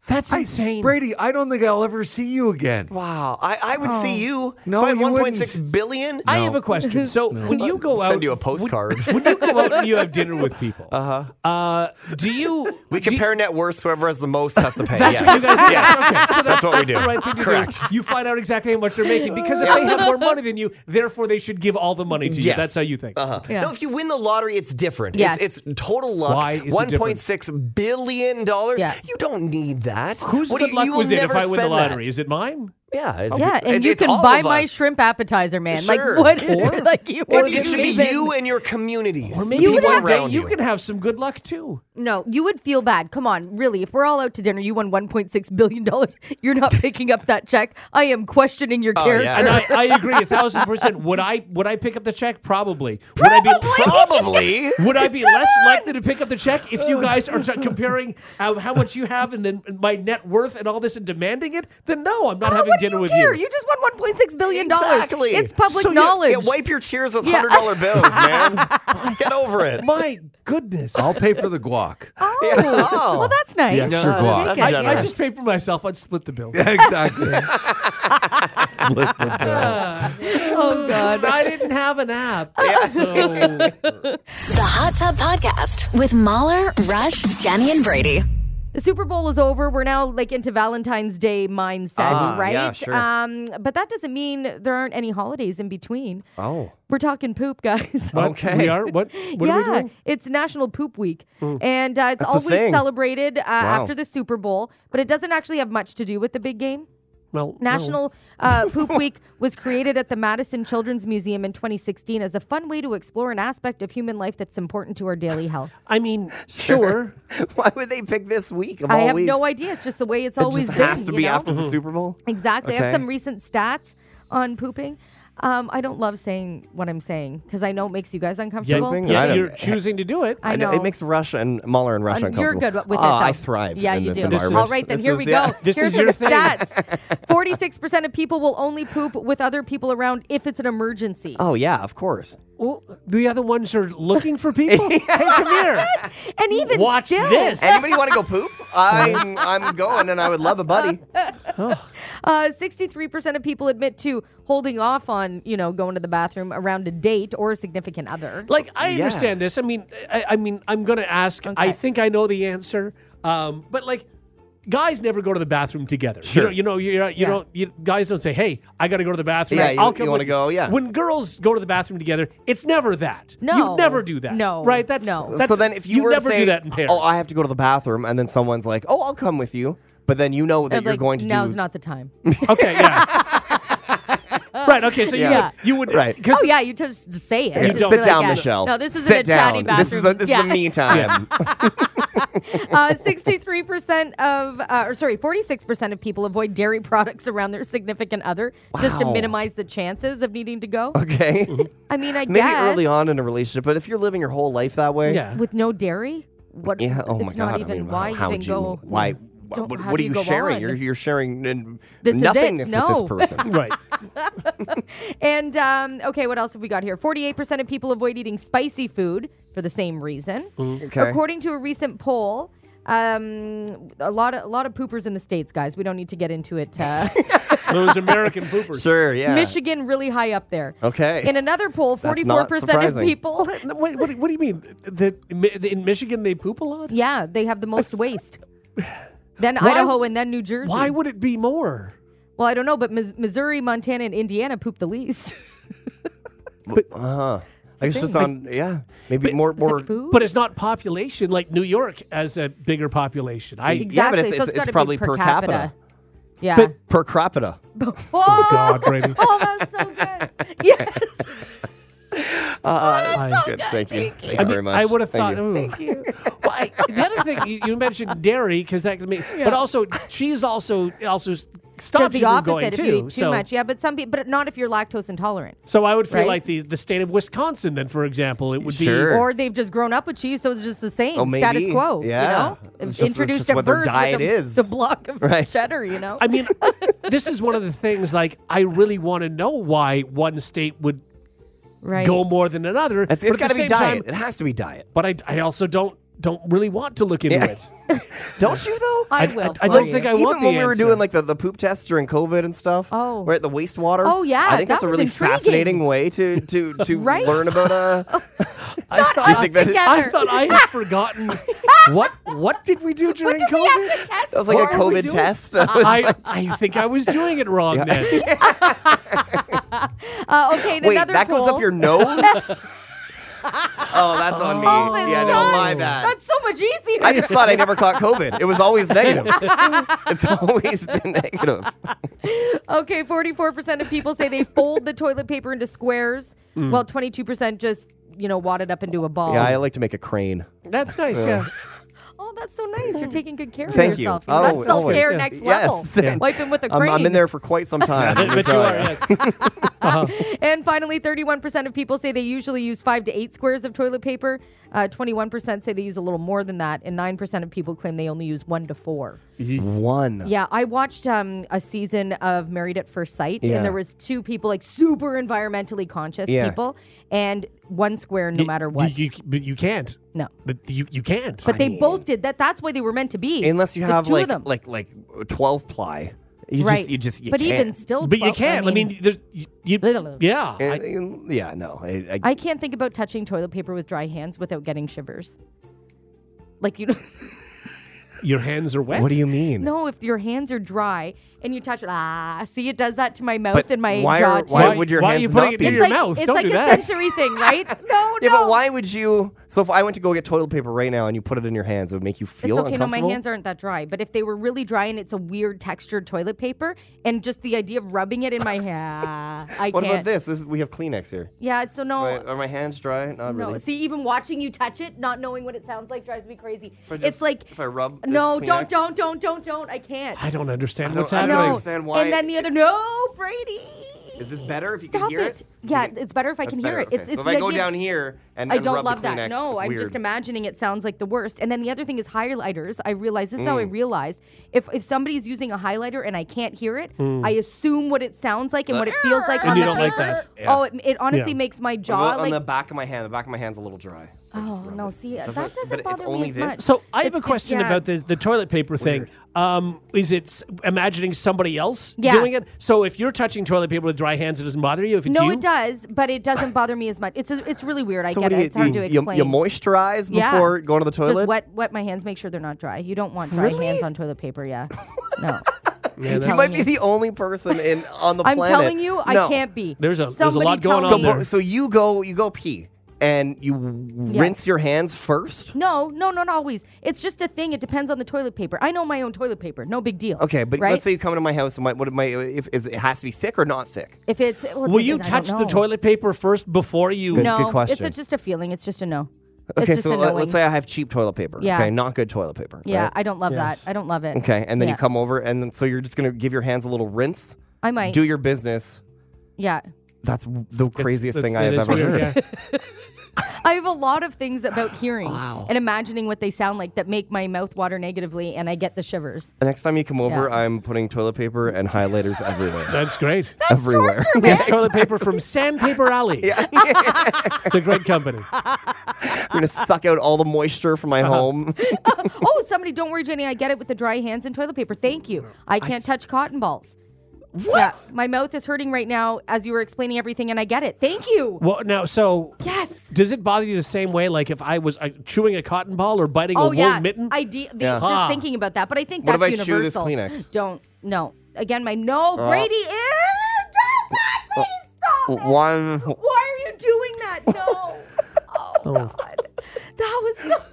That's insane. Brady, I don't think I'll ever see you again. Wow. I, I would see Oh. you. No, if I had you wouldn't. 1.6 billion. I have a question. So when you go out, Send you a postcard. When, when you go out and you have dinner with people, uh-huh. do you? we do you- compare net worth. Whoever has the most has to pay. That's yes. what you guys do. Yeah. Okay, so that's, That's what we do. the right thing to Correct. do. You find out exactly how much they're making because if they have *laughs* more money than you, therefore they should give all the money to you. Yes. That's how you think. Uh-huh. Yeah. No, if you win the lottery, it's different. Yes. It's, it's total luck. Why is it different? $1.6 billion. dollars. Yeah. You don't need that. Whose What do good you- luck you will was it if never I win the spend that. lottery? Is it mine? Yeah. Oh, It's, Yeah, and it- you it's can all buy of my us. shrimp appetizer, man. Sure. Like what? *laughs* Or- like you? What Or do it you should be even- you and your communities. Or the maybe people one day around you can have some good luck too. No, you would feel bad. Come on, really. If we're all out to dinner, you won one point six billion dollars. You're not picking up that check. I am questioning Oh, your character. yeah. And I, I agree a thousand percent. Would I would I pick up the check? Probably. Would I be *laughs* Probably. would I be less likely to pick up the check if you guys are t- comparing how, how much you have and then my net worth and all this and demanding it? Then no, I'm not Oh, having what do dinner you with care? you. You just won one point six billion dollars. Exactly. It's public So you- knowledge. Yeah, wipe your tears with Yeah. hundred *laughs* dollar bills, man. Get over it. My goodness. I'll pay for the guac. oh, Yeah. Oh. well, that's nice. Yeah, sure, No, guac. that's I, I generous. just paid for myself. I'd split the bill. *laughs* Yeah, *laughs* exactly. Split the bill. Oh God. I didn't have *laughs* an app. So- The Hot Tub Podcast with Mahler, Rush, Jenny, and Brady. The Super Bowl is over. We're now like into Valentine's Day mindset, Ah, right? yeah, sure. Um, but that doesn't mean there aren't any holidays in between. Oh. We're talking poop, guys. What? Okay. We are what? *laughs* What yeah, are we doing? it's National Poop Week, and uh, it's Mm. That's a always thing. celebrated uh, after the Super Bowl. But it doesn't actually have much to do with the big game. Well, no. National uh, *laughs* Poop Week was created at the Madison Children's Museum in 2016 as a fun way to explore an aspect of human life that's important to our daily health. I mean, sure. *laughs* Why would they pick this week of I all have weeks? no idea. It's just the way it's It always just been. has to you be know? after Mm-hmm. the Super Bowl. Exactly. I Okay. have some recent stats on pooping. Um, I don't love saying what I'm saying because I know it makes you guys Yeah, uncomfortable. Jumping? I yeah don't- you're choosing to do it. I I know. know. It makes Rush and Mahler and Rush Um, You're uncomfortable. good with it. Ah, though. I thrive. Yeah, in you this do. Environment. All right, then This here is- we yeah. go. This Here's is your the thing. stats. Forty-six percent of people will only poop with other people around if it's an emergency. *laughs* Oh yeah, of course. Well, the other ones are looking for *laughs* people. Hey, come here. and even Watch still, this. Anybody want to go poop? *laughs* I'm I'm going, and I would love *laughs* a buddy. Uh, 63% of people admit to holding off on, you know, going to the bathroom around a date or a significant other. Like I understand this. I mean, I, I mean, I'm gonna ask. I think I know the answer. Um, but like, guys never go to the bathroom together. Sure. You know, you know, you're, you Yeah. don't. You, guys don't say, "Hey, I gotta go to the bathroom. Yeah, you- I'll come you wanna with go? Yeah. When girls go to the bathroom together, it's never that. No. you never do that. No. right? That's No. That's, so then, if you, were never to say, do that in pairs. "Oh, I have to go to the bathroom," and then someone's like, "Oh, I'll come with you," but then you know that And, you're like, going to now's do not the time. okay, yeah. *laughs* right. Okay. So Yeah. you would. You would. Right. Because oh yeah, you just just say it. You Just don't. be Sit like, down, yeah, Michelle. No, this isn't Sit a chatty down. This bathroom. is the, this yeah. is the *laughs* me time. Uh, 63% of, uh, or sorry, 46% of people avoid dairy *laughs* products around their significant other just to Wow. minimize the chances of needing to go. Okay. *laughs* I mean, I Maybe guess early on in a relationship, but if you're living your whole life that way, Yeah. with no dairy, what? Yeah. Oh my it's God. not I even mean, why how, how even would you, go. Why? Don't- What, what how are do you, you go sharing? on? You're, you're sharing n- This is it. nothingness with No. *laughs* this person. Right. And um, okay, what else have we got here? 48% of people avoid eating spicy food for the same reason. Mm, Okay. According to a recent poll, um, a lot of a lot of poopers in the states, guys. We don't need to get into it. *laughs* Uh, Those American poopers. sure. Yeah. Michigan really high up there. Okay. In another poll, That's not 44% of surprising. people, No, Wait, what, what do you mean? The, in Michigan, they poop a lot? yeah, they have the most *sighs* waste. Then Why- Idaho and then New Jersey. Why would it be more? *laughs* Well, I don't know, but Mis- Missouri, Montana, and Indiana poop the least. Uh-huh. I guess just on, yeah, maybe more, more. food? But it's not population like New York has a bigger population. I Exactly. Yeah, but it's- it's- gotta it's be probably per capita. Yeah. But per capita. oh, God, *laughs* Brady. *laughs* oh, that's so good. Yes. Good, thank you. Thank you I very mean, much. I would have Thank thought. you. ooh. *laughs* Well, I, the other thing you, you mentioned dairy because that could be, but also cheese also also Does stops the you from going opposite if too. you eat too so, much. Yeah, but some people, but not if you're lactose intolerant. so I would feel right? like the, the state of Wisconsin then, for example, it would Sure. be. Or they've just grown up with cheese, so it's just the same Oh, status maybe. quo. Yeah. you know, It's just- it's introduced just a what their bird diet with a, is. the block of *laughs* Right. cheddar. You know, I mean, this is one of the things like I really want to know why one state would right? go more than another. but It's, it's at got to the be same diet. time- it has to be diet. but I, I also don't don't really want to look into Yeah. it. Don't you though? I, I- will. I for don't you. think I Even want the when we were answer. doing like the, the poop test during COVID and stuff. Oh. Right, the wastewater. Oh, yeah, I think that that's a was really intriguing. fascinating way to to *laughs* to Right? learn *laughs* about a. I you thought, think that together. I *laughs* thought I had forgotten what what did we do during What did we COVID? have to test? that was like What a were we COVID doing? test. *laughs* That was- I, I think I was doing it wrong then. Uh, okay, and Wait, another that goes poll. up *laughs* your nose. oh, that's on me. this yeah, no, my time. bad. Oh, That's so much easier. I just thought I never caught COVID. It was always negative. it's always been negative. *laughs* Okay, 44% of people say *laughs* they fold the toilet paper into squares, while 22% just, you know, wad it up into a ball. Mm. Yeah, I like to make a crane. That's nice, yeah. oh, that's so nice. You're taking good care Thank of you. yourself. Oh, that's self care always. next *laughs* Yes. level. Wiping with a I'm, crane. I'm in there for *laughs* quite some time. let me but you tell are, ya. yes. And finally, 31% of people say they usually use five to eight squares of toilet paper. Uh, 21% say they use a little more than that. And 9% of people claim they only use one to four. One. Yeah, I watched um, a season of Married at First Sight, Yeah. and there was two people like super environmentally conscious Yeah. people, and one square no matter what. You, you- but you can't. no, But you, you can't. but they both did that. That's why they were meant to be. Unless you the have two like of them. like like twelve ply. You right, just you just you but can't. even still, But you 12 can't. I mean, there's, you, you, yeah. Uh, I- yeah, no. I, I, I can't think about touching toilet paper with dry hands without getting shivers. Like you *laughs* know, your hands are wet. what do you mean? no, if your hands are dry and you touch it, ah, see, it does that to my mouth But and my why jaw are- too. why Why, would your why are hands you not putting it be? in it's your like mouth? it's Don't like do a that. sensory thing, *laughs* right? No, Yeah, no. but why would you? So if I went to go get toilet paper right now and you put it in your hands, it would make you feel It's okay. No, my uncomfortable? hands aren't that dry. But if they were really dry and it's a weird textured toilet paper, and just the idea of rubbing it in my hair, I *laughs* What can't. about this? this? We have Kleenex here. Yeah. So no. Wait, are my hands dry? Not no. really. See, even watching you touch it, not knowing what it sounds like, drives me crazy. I it's just- like if I rub this No, Kleenex- don't, don't, don't, don't, don't. I can't. I don't understand what's I don't happening. no. understand why- And then the other, no, Brady. Is this better if you Stop can hear it. it? Yeah, it's better if I can hear it. It's, it's so if the I go idea- down here and, I and don't rub love the Kleenex, that. No, it's I'm just weird. imagining it sounds like the worst. And then the other thing is highlighters. I realized this is Mm. how I realized if if somebody's using a highlighter and I can't hear it, Mm. I assume what it sounds like and what it feels like. And on you the don't like paper. that. Yeah. Oh, it, it honestly Yeah. makes my What jaw about on like. the back of my hand. The back of my hand's a little dry. I just Oh, rub no, it. see, Doesn't- that doesn't but it's bother me only as this? much. So I have a It's- it's- question yeah. about the, the toilet paper thing. Um, is it s- imagining somebody else Yeah. doing it? So if you're touching toilet paper with dry hands, it doesn't bother you if it's no, you? it does, but it doesn't *laughs* bother me as much. It's a, it's really weird. I So what get do it. you- It's hard you, to you- explain. You, moisturize Yeah. before going to the Just toilet? wet wet my hands. Make sure they're not dry. You don't want dry hands on toilet paper. *laughs* Yeah, no. I'm You telling might be the only person in on the *laughs* I'm planet. telling you, I No. can't be. There's a- there's a Somebody lot going tell So, on me. there. bo- so you go you go pee and you rinse your hands first? No, no, not always. It's just a thing. It depends on the toilet paper. I know my own toilet paper. No big deal. Okay, but right? let's say you come into my house and my, what am I, if, is, it has to be thick or not thick? if it's well, it Will you doesn't- I don't touch the know. toilet paper first before you? Good No, question. it's a, just a feeling. It's just a no. it's Okay, just so a let, knowing. us say I have cheap toilet paper. Yeah. Okay, not good toilet paper. yeah, right? I don't love Yes. that. I don't love it. Okay, and then Yeah. you come over, and then so you're just gonna give your hands a little rinse. I might. Do your business. Yeah, That's w- the craziest That's- thing I that have is ever weird, heard. yeah. *laughs* I have a lot of things about hearing and imagining what they sound like that make my mouth water negatively, and I get the shivers. The next time you come over, Yeah. I'm putting toilet paper *laughs* and highlighters everywhere. That's great. everywhere. That's toilet paper from Sandpaper Alley. *laughs* it's a great company. *laughs* I'm gonna suck out all the moisture from my Uh-huh. home. oh, somebody, don't worry, Jenny. I get it with the dry hands and toilet paper. Thank you. I can't touch cotton balls. What? Yeah, my mouth is hurting right now as you were explaining everything, and I get it. Thank you. Well, now, so Yes. does it bother you the same way? Like if I was uh, chewing a cotton ball or biting a Oh wool yeah, mitten? I de- the- Yeah. just Huh. thinking about that, but I think What if that's I chew this universal. Kleenex? Uh, Don't no. Again, my no Brady is. No, Brady, stop it. One. *laughs* Why are you Oh, God. That was so. *laughs*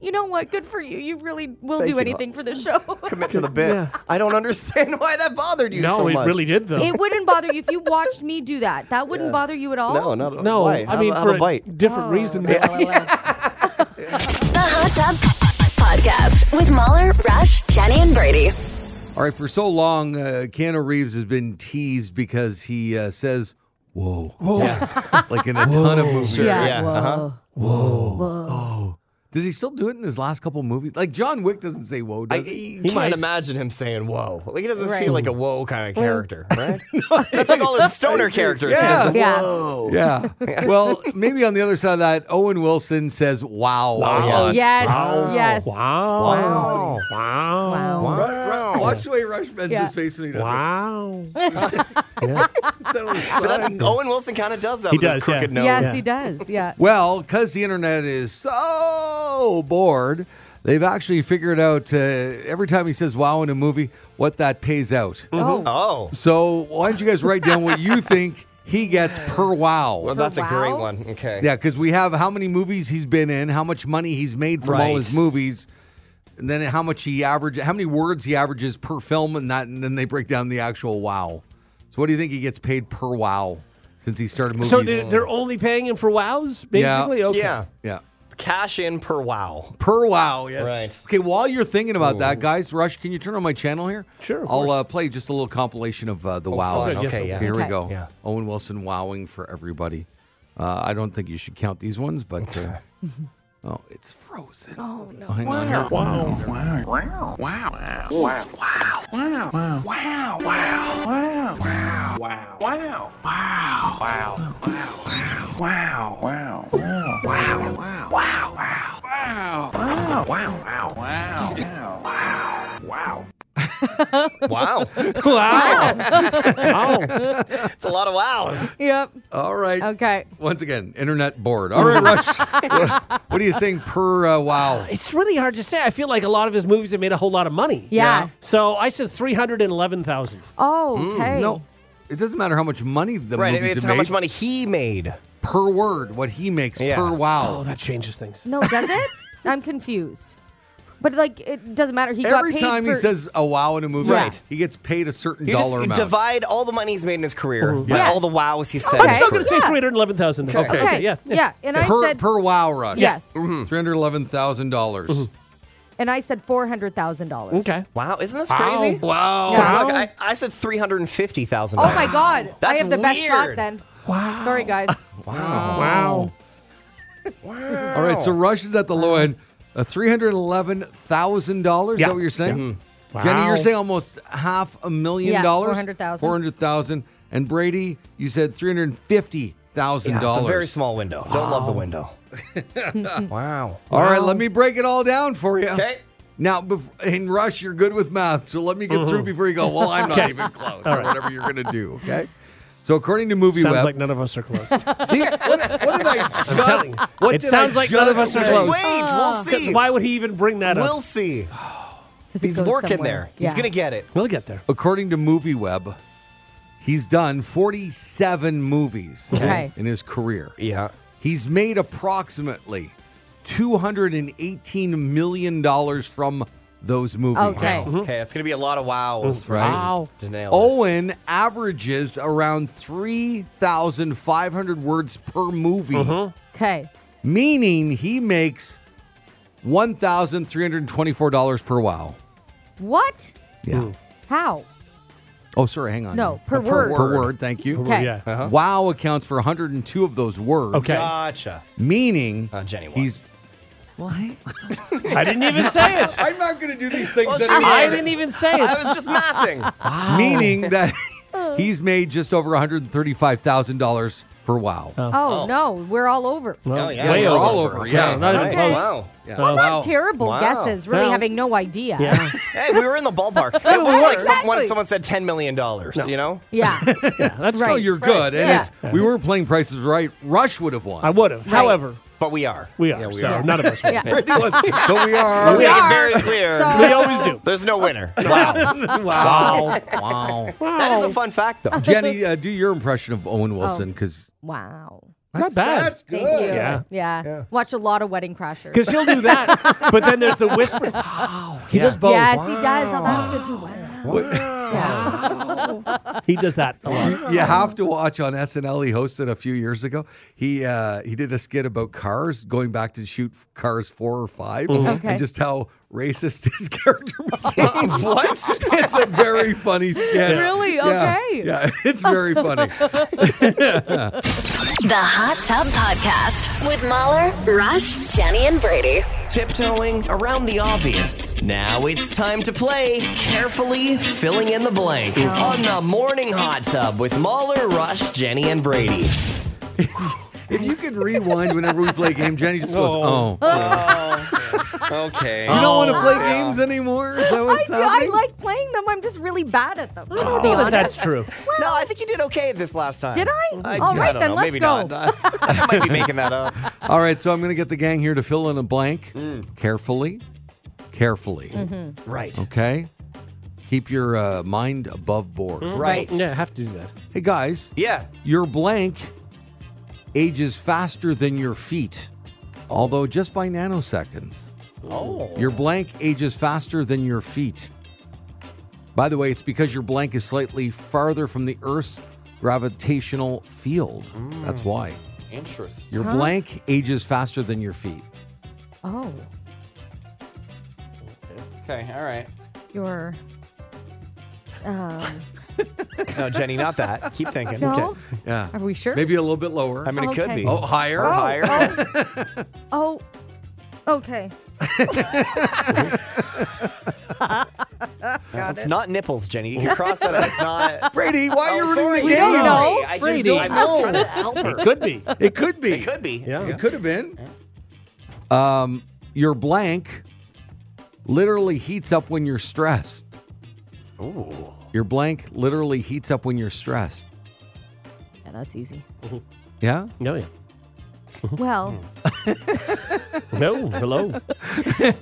You know what? Good for you. You really will Thank do you. anything for this show. Commit to the bit. Yeah. I don't understand *laughs* why that bothered you no, so it much. really did *laughs* though. it wouldn't bother you if you watched me do that. That wouldn't bother you at all. *laughs* No, not at no, why? I Have mean a- have for *laughs* a bite. *laughs* Oh. different reason. but- The Hot Tub Podcast with Mahler, Rush, Jenny, and Brady. All right, for so long, uh, Keanu Reeves has been teased because he uh, says, whoa. Yeah. like in a ton of movies. Yeah. yeah, Whoa. Does he still do it in his last couple movies? Like John Wick doesn't say whoa, I does he? you can't might. imagine him saying "whoa." Like he doesn't Right. feel like a "whoa" kind *laughs* of character, right? That's like all his stoner characters. He Yeah. does Yeah. "Whoa." Yeah. well, maybe on the other side of that, Owen Wilson says wow. a Wow. lot. Yes. Wow. Yes. Wow. Wow. Wow. Ru- Ru- Watch the way Rush bends Yeah. his face when he does Wow. it. That little But sigh. that's, Owen Wilson kind of does that He with does, his crooked yeah. nose. Yes, Yeah. he does. Yeah. *laughs* Well, because the internet is so bored, they've actually figured out uh, every time he says wow in a movie, what that pays out. Oh. Oh, So why don't you guys write down what you think he gets per well, wow? that's a great wow? one. Okay. Yeah, because we have how many movies he's been in, how much money he's made from all Right. his movies, and then how much he average, how many words he averages per film, and that, and then they break down the actual wow. So what do you think he gets paid per wow since he started movies? So they're, they're only paying him for wows, basically. Okay. Yeah. yeah. Cash in per wow. Per wow, yes. Right. Okay, while you're thinking about that, guys, Rush, can you turn on my channel here? Sure, of I'll course. Oh, uh, play just a little compilation of uh, the wows. fun. Okay, yeah. Here we Okay. go. Yeah. Owen Wilson wowing for everybody. Uh, I don't think you should count these ones, but uh, *laughs* oh, it's frozen. Oh no! hang on here. Wow. Wow! *laughs* Wow. It's a lot of wows. Yep. All right. Okay. Once again, internet board. All right, Rush. what, what are you saying per uh, wow? it's really hard to say. I feel like a lot of his movies have made a whole lot of money. Yeah. So I said 311,000. Hmm. Oh, okay. No, it doesn't matter how much money the Right. movies It's have how made. much money he made. per word, what he makes Yeah. per wow. Oh, that changes things. No, does it? I'm confused. But like, it doesn't matter. He Every got paid time he for- says a wow in a movie, Right. he gets paid a certain You dollar just amount. divide all the money he's made in his career by Yes. all the wows he said. I'm still going to say Yeah. 311,000. Okay. okay, Yeah. yeah, and I per, said per wow rush. Mm-hmm. yes, Mm-hmm. $311,000. dollars and I said four hundred thousand dollars. Okay. Wow, isn't this crazy? Wow. Yeah. Oh, Look, I, I said three hundred and fifty thousand. Oh my god, *laughs* That's I have the best shot weird. then. Wow. Sorry *laughs* guys. Wow. All right, so Rush is at the low end. Uh, $311,000? Is Yeah. that what you're saying? Mhm. Jenny, you're Wow. saying almost half a million Yeah, dollars? 400,000. 400000 And Brady, you said $350,000. Yeah, it's a very small window. Don't love the window. *laughs* wow. All right, let me break it all down for you. Okay. Now, bef- in Rush, you're good with math, so let me get through before you go, well, I'm not even close, or whatever you're going to do, okay? So, according to MovieWeb, Sounds like none of us are close. see, what, what did I just, telling you. what It did sounds I like none of just us are Just say? close. wait. We'll see. Why would he even bring that up? We'll see. 'Cause Ah. it He's goes working somewhere. there. He's gonna get it. We'll get there. According to MovieWeb, he's done 47 movies Okay. in his career. Yeah. He's made approximately $218 million from those movies. Okay. Okay, it's gonna be a lot of wows for Right. wow. to nail this. Owen averages around 3,500 words per movie, Okay. meaning he makes $1,324 per wow. What? Yeah. How? Oh, sorry, hang on. No, per Per word. Per word, thank you. Okay. Yeah. Uh-huh. Wow accounts for 102 of those words. Okay. Gotcha. Meaning Uh, Jenny won. he's. Why? I didn't even say it. *laughs* I'm not going to do these things Well, she anymore. I did. didn't even say I it. was just *laughs* mathing. Oh, *laughs* Oh. Meaning that Uh. he's made just over $135,000 for wow. Oh, no, we're all over. Oh, yeah. Way we're over. all over, yeah. Not even Right. close. Wow. Yeah. Uh, Not terrible Wow. guesses. Really Well, having no idea. yeah. Hey, we were in the *laughs* ballpark. It was like some, when Exactly. someone said ten million dollars. You know? Yeah. *laughs* Yeah, That's Oh, Right. right. you're good. And Yeah. if we were playing prices right, Rush would have won. I would have. However, But we are. we are. Yeah, we so are. none of us. *laughs* Won. Yeah. It was- but we are. Let's We make it are. very clear. So- We always do. There's *laughs* no winner. *laughs* Wow. wow. Wow. *laughs* that is a fun fact, though. *laughs* Oh. Jenny, uh, do your impression of Owen Wilson because Wow. Not bad. That's good. Thank you. Yeah. yeah. Watch a lot of Wedding Crashers. Because he'll do that, but then there's the whisper. Wow. He Yeah. does both. yes, he does. Oh, that's good too. Wow. He does that *laughs* a lot. You have to watch on SNL. He hosted a few years ago. He uh, he did a skit about cars, going back to shoot Cars four or 5 Mm-hmm. Okay. and just how racist *laughs* his character became. what? it's a very funny skit. Really? Yeah. Okay. Yeah, *laughs* it's very funny. The Hot Tub Podcast with Mahler, Rush, Jenny, and Brady. *laughs* Tiptoeing around the obvious. Now it's time to play Carefully Filling in the Blank on the Morning Hot Tub with Mahler, Rush, Jenny, and Brady. If you could rewind whenever we play a game, Jenny just goes, "Oh, Oh. Okay. *laughs* you don't want to Oh. play games anymore." Is that I, what's do, I happening? like playing them. I'm just really bad at them. Let's be But honest. that's true. No, I think you did okay this last time. Did I? All right, don't then know. let's Maybe go. Not. *laughs* I might be making *laughs* that up. All right, so I'm going to get the gang here to fill in a blank Mm. carefully, carefully. Mm-hmm. Right. Okay, keep your uh, mind above board. Right. Yeah, I have to do that. Hey guys, Yeah. your blank ages faster than your feet, although just by nanoseconds. Oh. Your blank ages faster than your feet. By the way, it's because your blank is slightly farther from the Earth's gravitational field. That's why. Interest. Your blank ages faster than your feet. Oh, Okay, all right. your. Um, No, Jenny, not that. Keep thinking. no. Yeah. Are we sure? Maybe a little bit lower. I mean, it could Okay. be. oh, higher? Or Oh, higher. *laughs* Oh. oh. Okay. Got It's it. not nipples, Jenny. You can cross that out. It's not. Brady, *laughs* why are you Oh, ruining sorry, the We don't game? know. sorry. I just, Brady. I'm not trying to help her. Could be. It could be. It could be. Yeah. It could have been. Um, your blank literally heats up when you're stressed. Ooh. Your blank literally heats up when you're stressed. Yeah, that's easy. Yeah? No, yeah. Well, No, hello.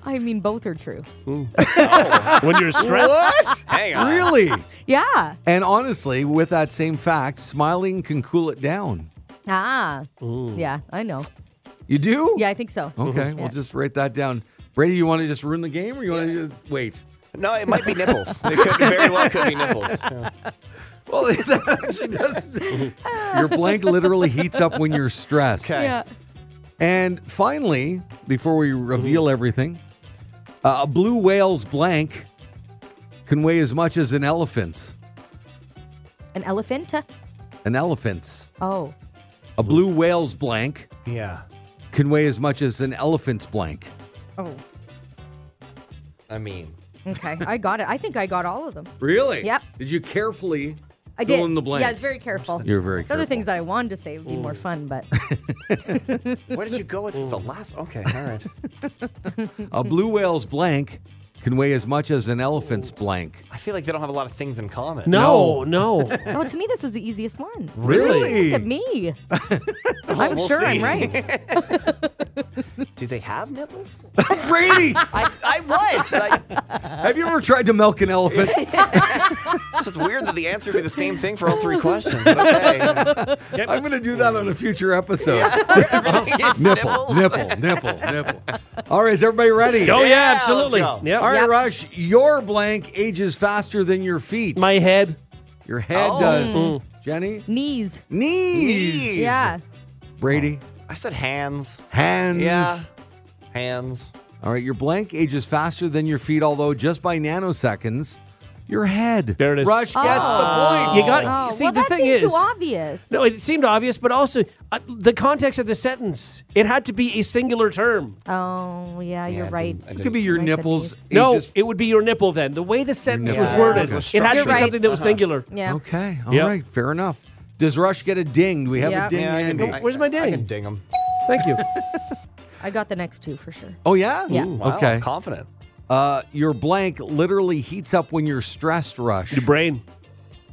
I mean, both are true. when you're stressed. What? Hang on. *laughs* really? Yeah. And honestly, with that same fact, smiling can cool it down. Ah. Yeah, I know. You do? Yeah, I think so. Okay, we'll Yeah. just write that down. Brady, you want to just ruin the game or you want to just wait? No, it might be nipples. It could very well could be nipples. Well, *laughs* that actually does. *laughs* your blank literally heats up when you're stressed. Okay. Yeah. And finally, before we reveal everything, uh, a blue whale's blank can weigh as much as an elephant's. An elephant? An elephant's. Oh. A blue whale's blank Yeah. can weigh as much as an elephant's blank. Oh. *laughs* I mean, Okay. I got it. I think I got all of them. Really? Yep. Did you carefully I fill did. in the blank? Yeah, I was very careful. You're very There's other careful. things that I wanted to say would be more fun, but where did you go with the last? Okay, all right. a blue whale's blank can weigh as much as an elephant's *laughs* blank. I feel like they don't have a lot of things in common. No, no. no, oh, to me this was the easiest one. Really? Look at me. I'm We'll sure I'm see. right. *laughs* Do they have nipples? Brady, I, I was. I, have you ever tried to milk an *laughs* elephant? it's just weird that the answer would be the same thing for all three questions. but Okay. I'm going to do that on a future episode. Everything is Nipple, nipples. nipple, nipple, nipple. All right, is everybody ready? Oh, yeah, Yeah, let's absolutely. go. Yeah. All right, Yep. Rush, your blank ages faster than your feet. My Mm. head. your head Oh. does. Jenny? Knees. Knees. Knees. Yeah. Brady? I said hands. Hands. Yeah. Hands. All right, your blank ages faster than your feet, although just by nanoseconds. Your head. There it is. Rush gets the point. You got. Oh, see, well, the that thing seemed is. too obvious. No, it seemed obvious, but also uh, the context of the sentence. It had to be a singular term. Oh, yeah, you're right. It could be your I said nipples. knees. no, ages- it would be your nipple then. The way the sentence nipple. was worded, Yeah. it had to You're be right. something that was singular. Yeah. Okay. All right. Yep. Fair enough. Does Rush get a ding? Do we have Yeah. a ding Yeah, I can handy? ding- I- Where's my I ding? can ding them. Thank *laughs* you. I got the next two for sure. Oh yeah. Yeah. Wow, okay. Confident. Uh, your blank literally heats up when you're stressed. Rush. Your brain.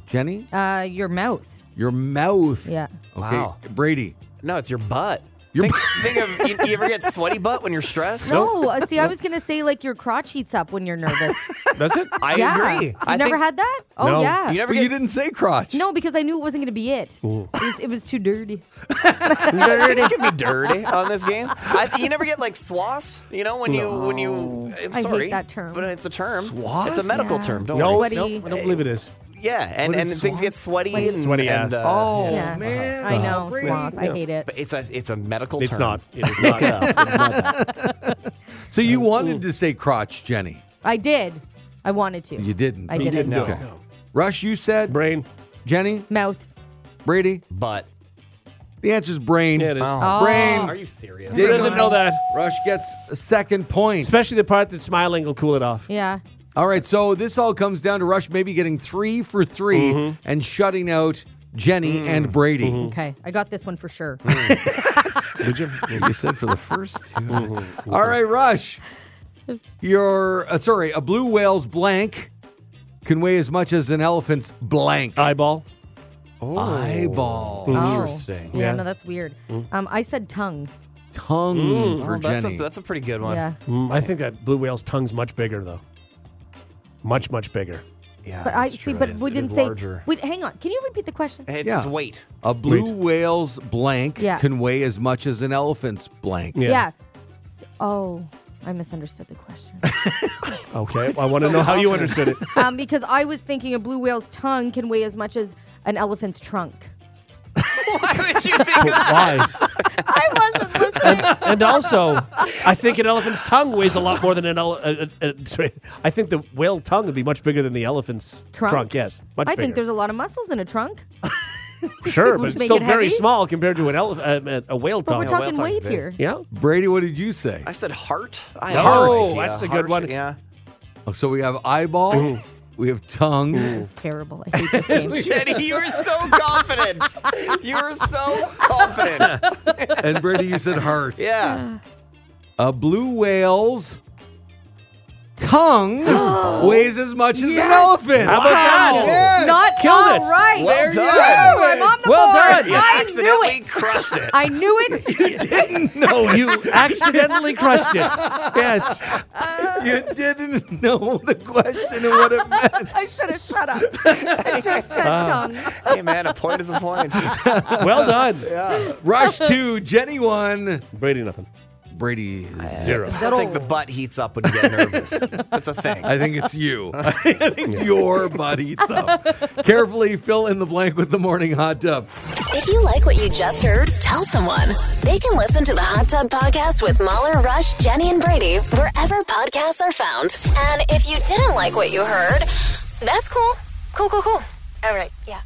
Jenny, Uh, your mouth. your mouth. Yeah. Okay. Wow. Brady. No, it's your butt. Your think, think of you, you ever get sweaty butt when you're stressed? No, uh, see, I was gonna say like your crotch heats up when you're nervous. does it? I yeah. agree. You I never think had that? Oh, No. yeah. You never But you get didn't say crotch. no, because I knew it wasn't going to be it. It was, it was too dirty. Things can be dirty on this game. I, you never get like swass, you know, when you when you. I'm I hate sorry, that term. but it's a term. Swass? It's a medical Yeah. term. Don't No, worry. Sweaty. no, I don't believe it is. Yeah, and, What and is things get sweaty and Sweaty and, uh, ass. Oh Yeah. man, Uh-huh. I know, Brady. sloth. I hate it. But it's a it's a medical It's term. not. It is *laughs* not. It's not that. So you wanted to say crotch, Jenny? I did. I wanted to. You didn't. I You didn't. didn't. Okay. Rush, you said Brain. Jenny, Mouth. Brady. But The answer's brain. Yeah, it is. Oh. Brain. are you serious? Dig Who doesn't know that? Rush gets a second point. Especially the part that smiling will cool it off. Yeah. all right, so this all comes down to Rush maybe getting three for 3 and shutting out Jenny and Brady. Okay. I got this one for *laughs* sure. Did you? you said for the first two. Mm-hmm. All right, Rush. Your uh, sorry, a blue whale's blank can weigh as much as an elephant's blank Eyeball. Oh. eyeball. Mm. Oh. Interesting. Hmm. Yeah, Yeah. no, that's weird. Um, I said tongue. Tongue for Oh, that's a, Jenny. that's a pretty good one. Yeah. Mm, I think that blue whale's tongue's much bigger though. Much much bigger. Yeah, But I that's see, true. but It is- we it didn't is say. larger. Wait, hang on. Can you repeat the question? It's, Yeah. it's weight. a blue Wait. whale's blank Yeah. can weigh as much as an elephant's blank. Yeah. S- Oh, I misunderstood the *laughs* question. Okay. I want to know how you understood it. um, because I was thinking a blue whale's tongue can weigh as much as an elephant's *laughs* trunk. Why would you think that? Why? I wasn't listening. And also, I think an elephant's tongue weighs a lot more than an elephant. Uh, uh, sorry. I think the whale tongue would be much bigger than the elephant's Trunk? trunk. yes, much I bigger. think there's a lot of muscles in a trunk. sure, but Which it's make still it very heavy? small compared to an elephant, uh, a whale But tongue. we're whale talking tongue's weight big. here. yeah. *laughs* Brady, what did you say? I said heart. I No, have no Oh, idea. that's a good Heart, one. *laughs* Yeah. *laughs* Oh, So we have eyeball, we have tongue. It's terrible. I *laughs* hate this game. Jenny, you *laughs* were so confident. You were so confident. And Brady, you said heart. *laughs* Yeah. A blue whale's tongue weighs as much as an elephant. How about that? Yes. Not Killed all it. right. Well There you done. go. I'm on the Well board. done. You I knew accidentally it. *laughs* crushed it. I knew it. No, you accidentally crushed it. *laughs* Yes. You didn't know the question and what it meant. I should have shut up. I just said tongue. hey, man, a point is a point. Well done. Rush two, Jenny one, Brady, nothing. Brady Zero. I think the butt heats up when you get nervous. That's a thing. I think it's *laughs* you. I think your butt eats up. Carefully fill in the blank with the morning hot tub. If you like what you just heard, tell someone. They can listen to the Hot Tub Podcast with Mahler, Rush, Jenny, and Brady wherever podcasts are found. And if you didn't like what you heard, that's cool. Cool, cool, cool. All right, yeah.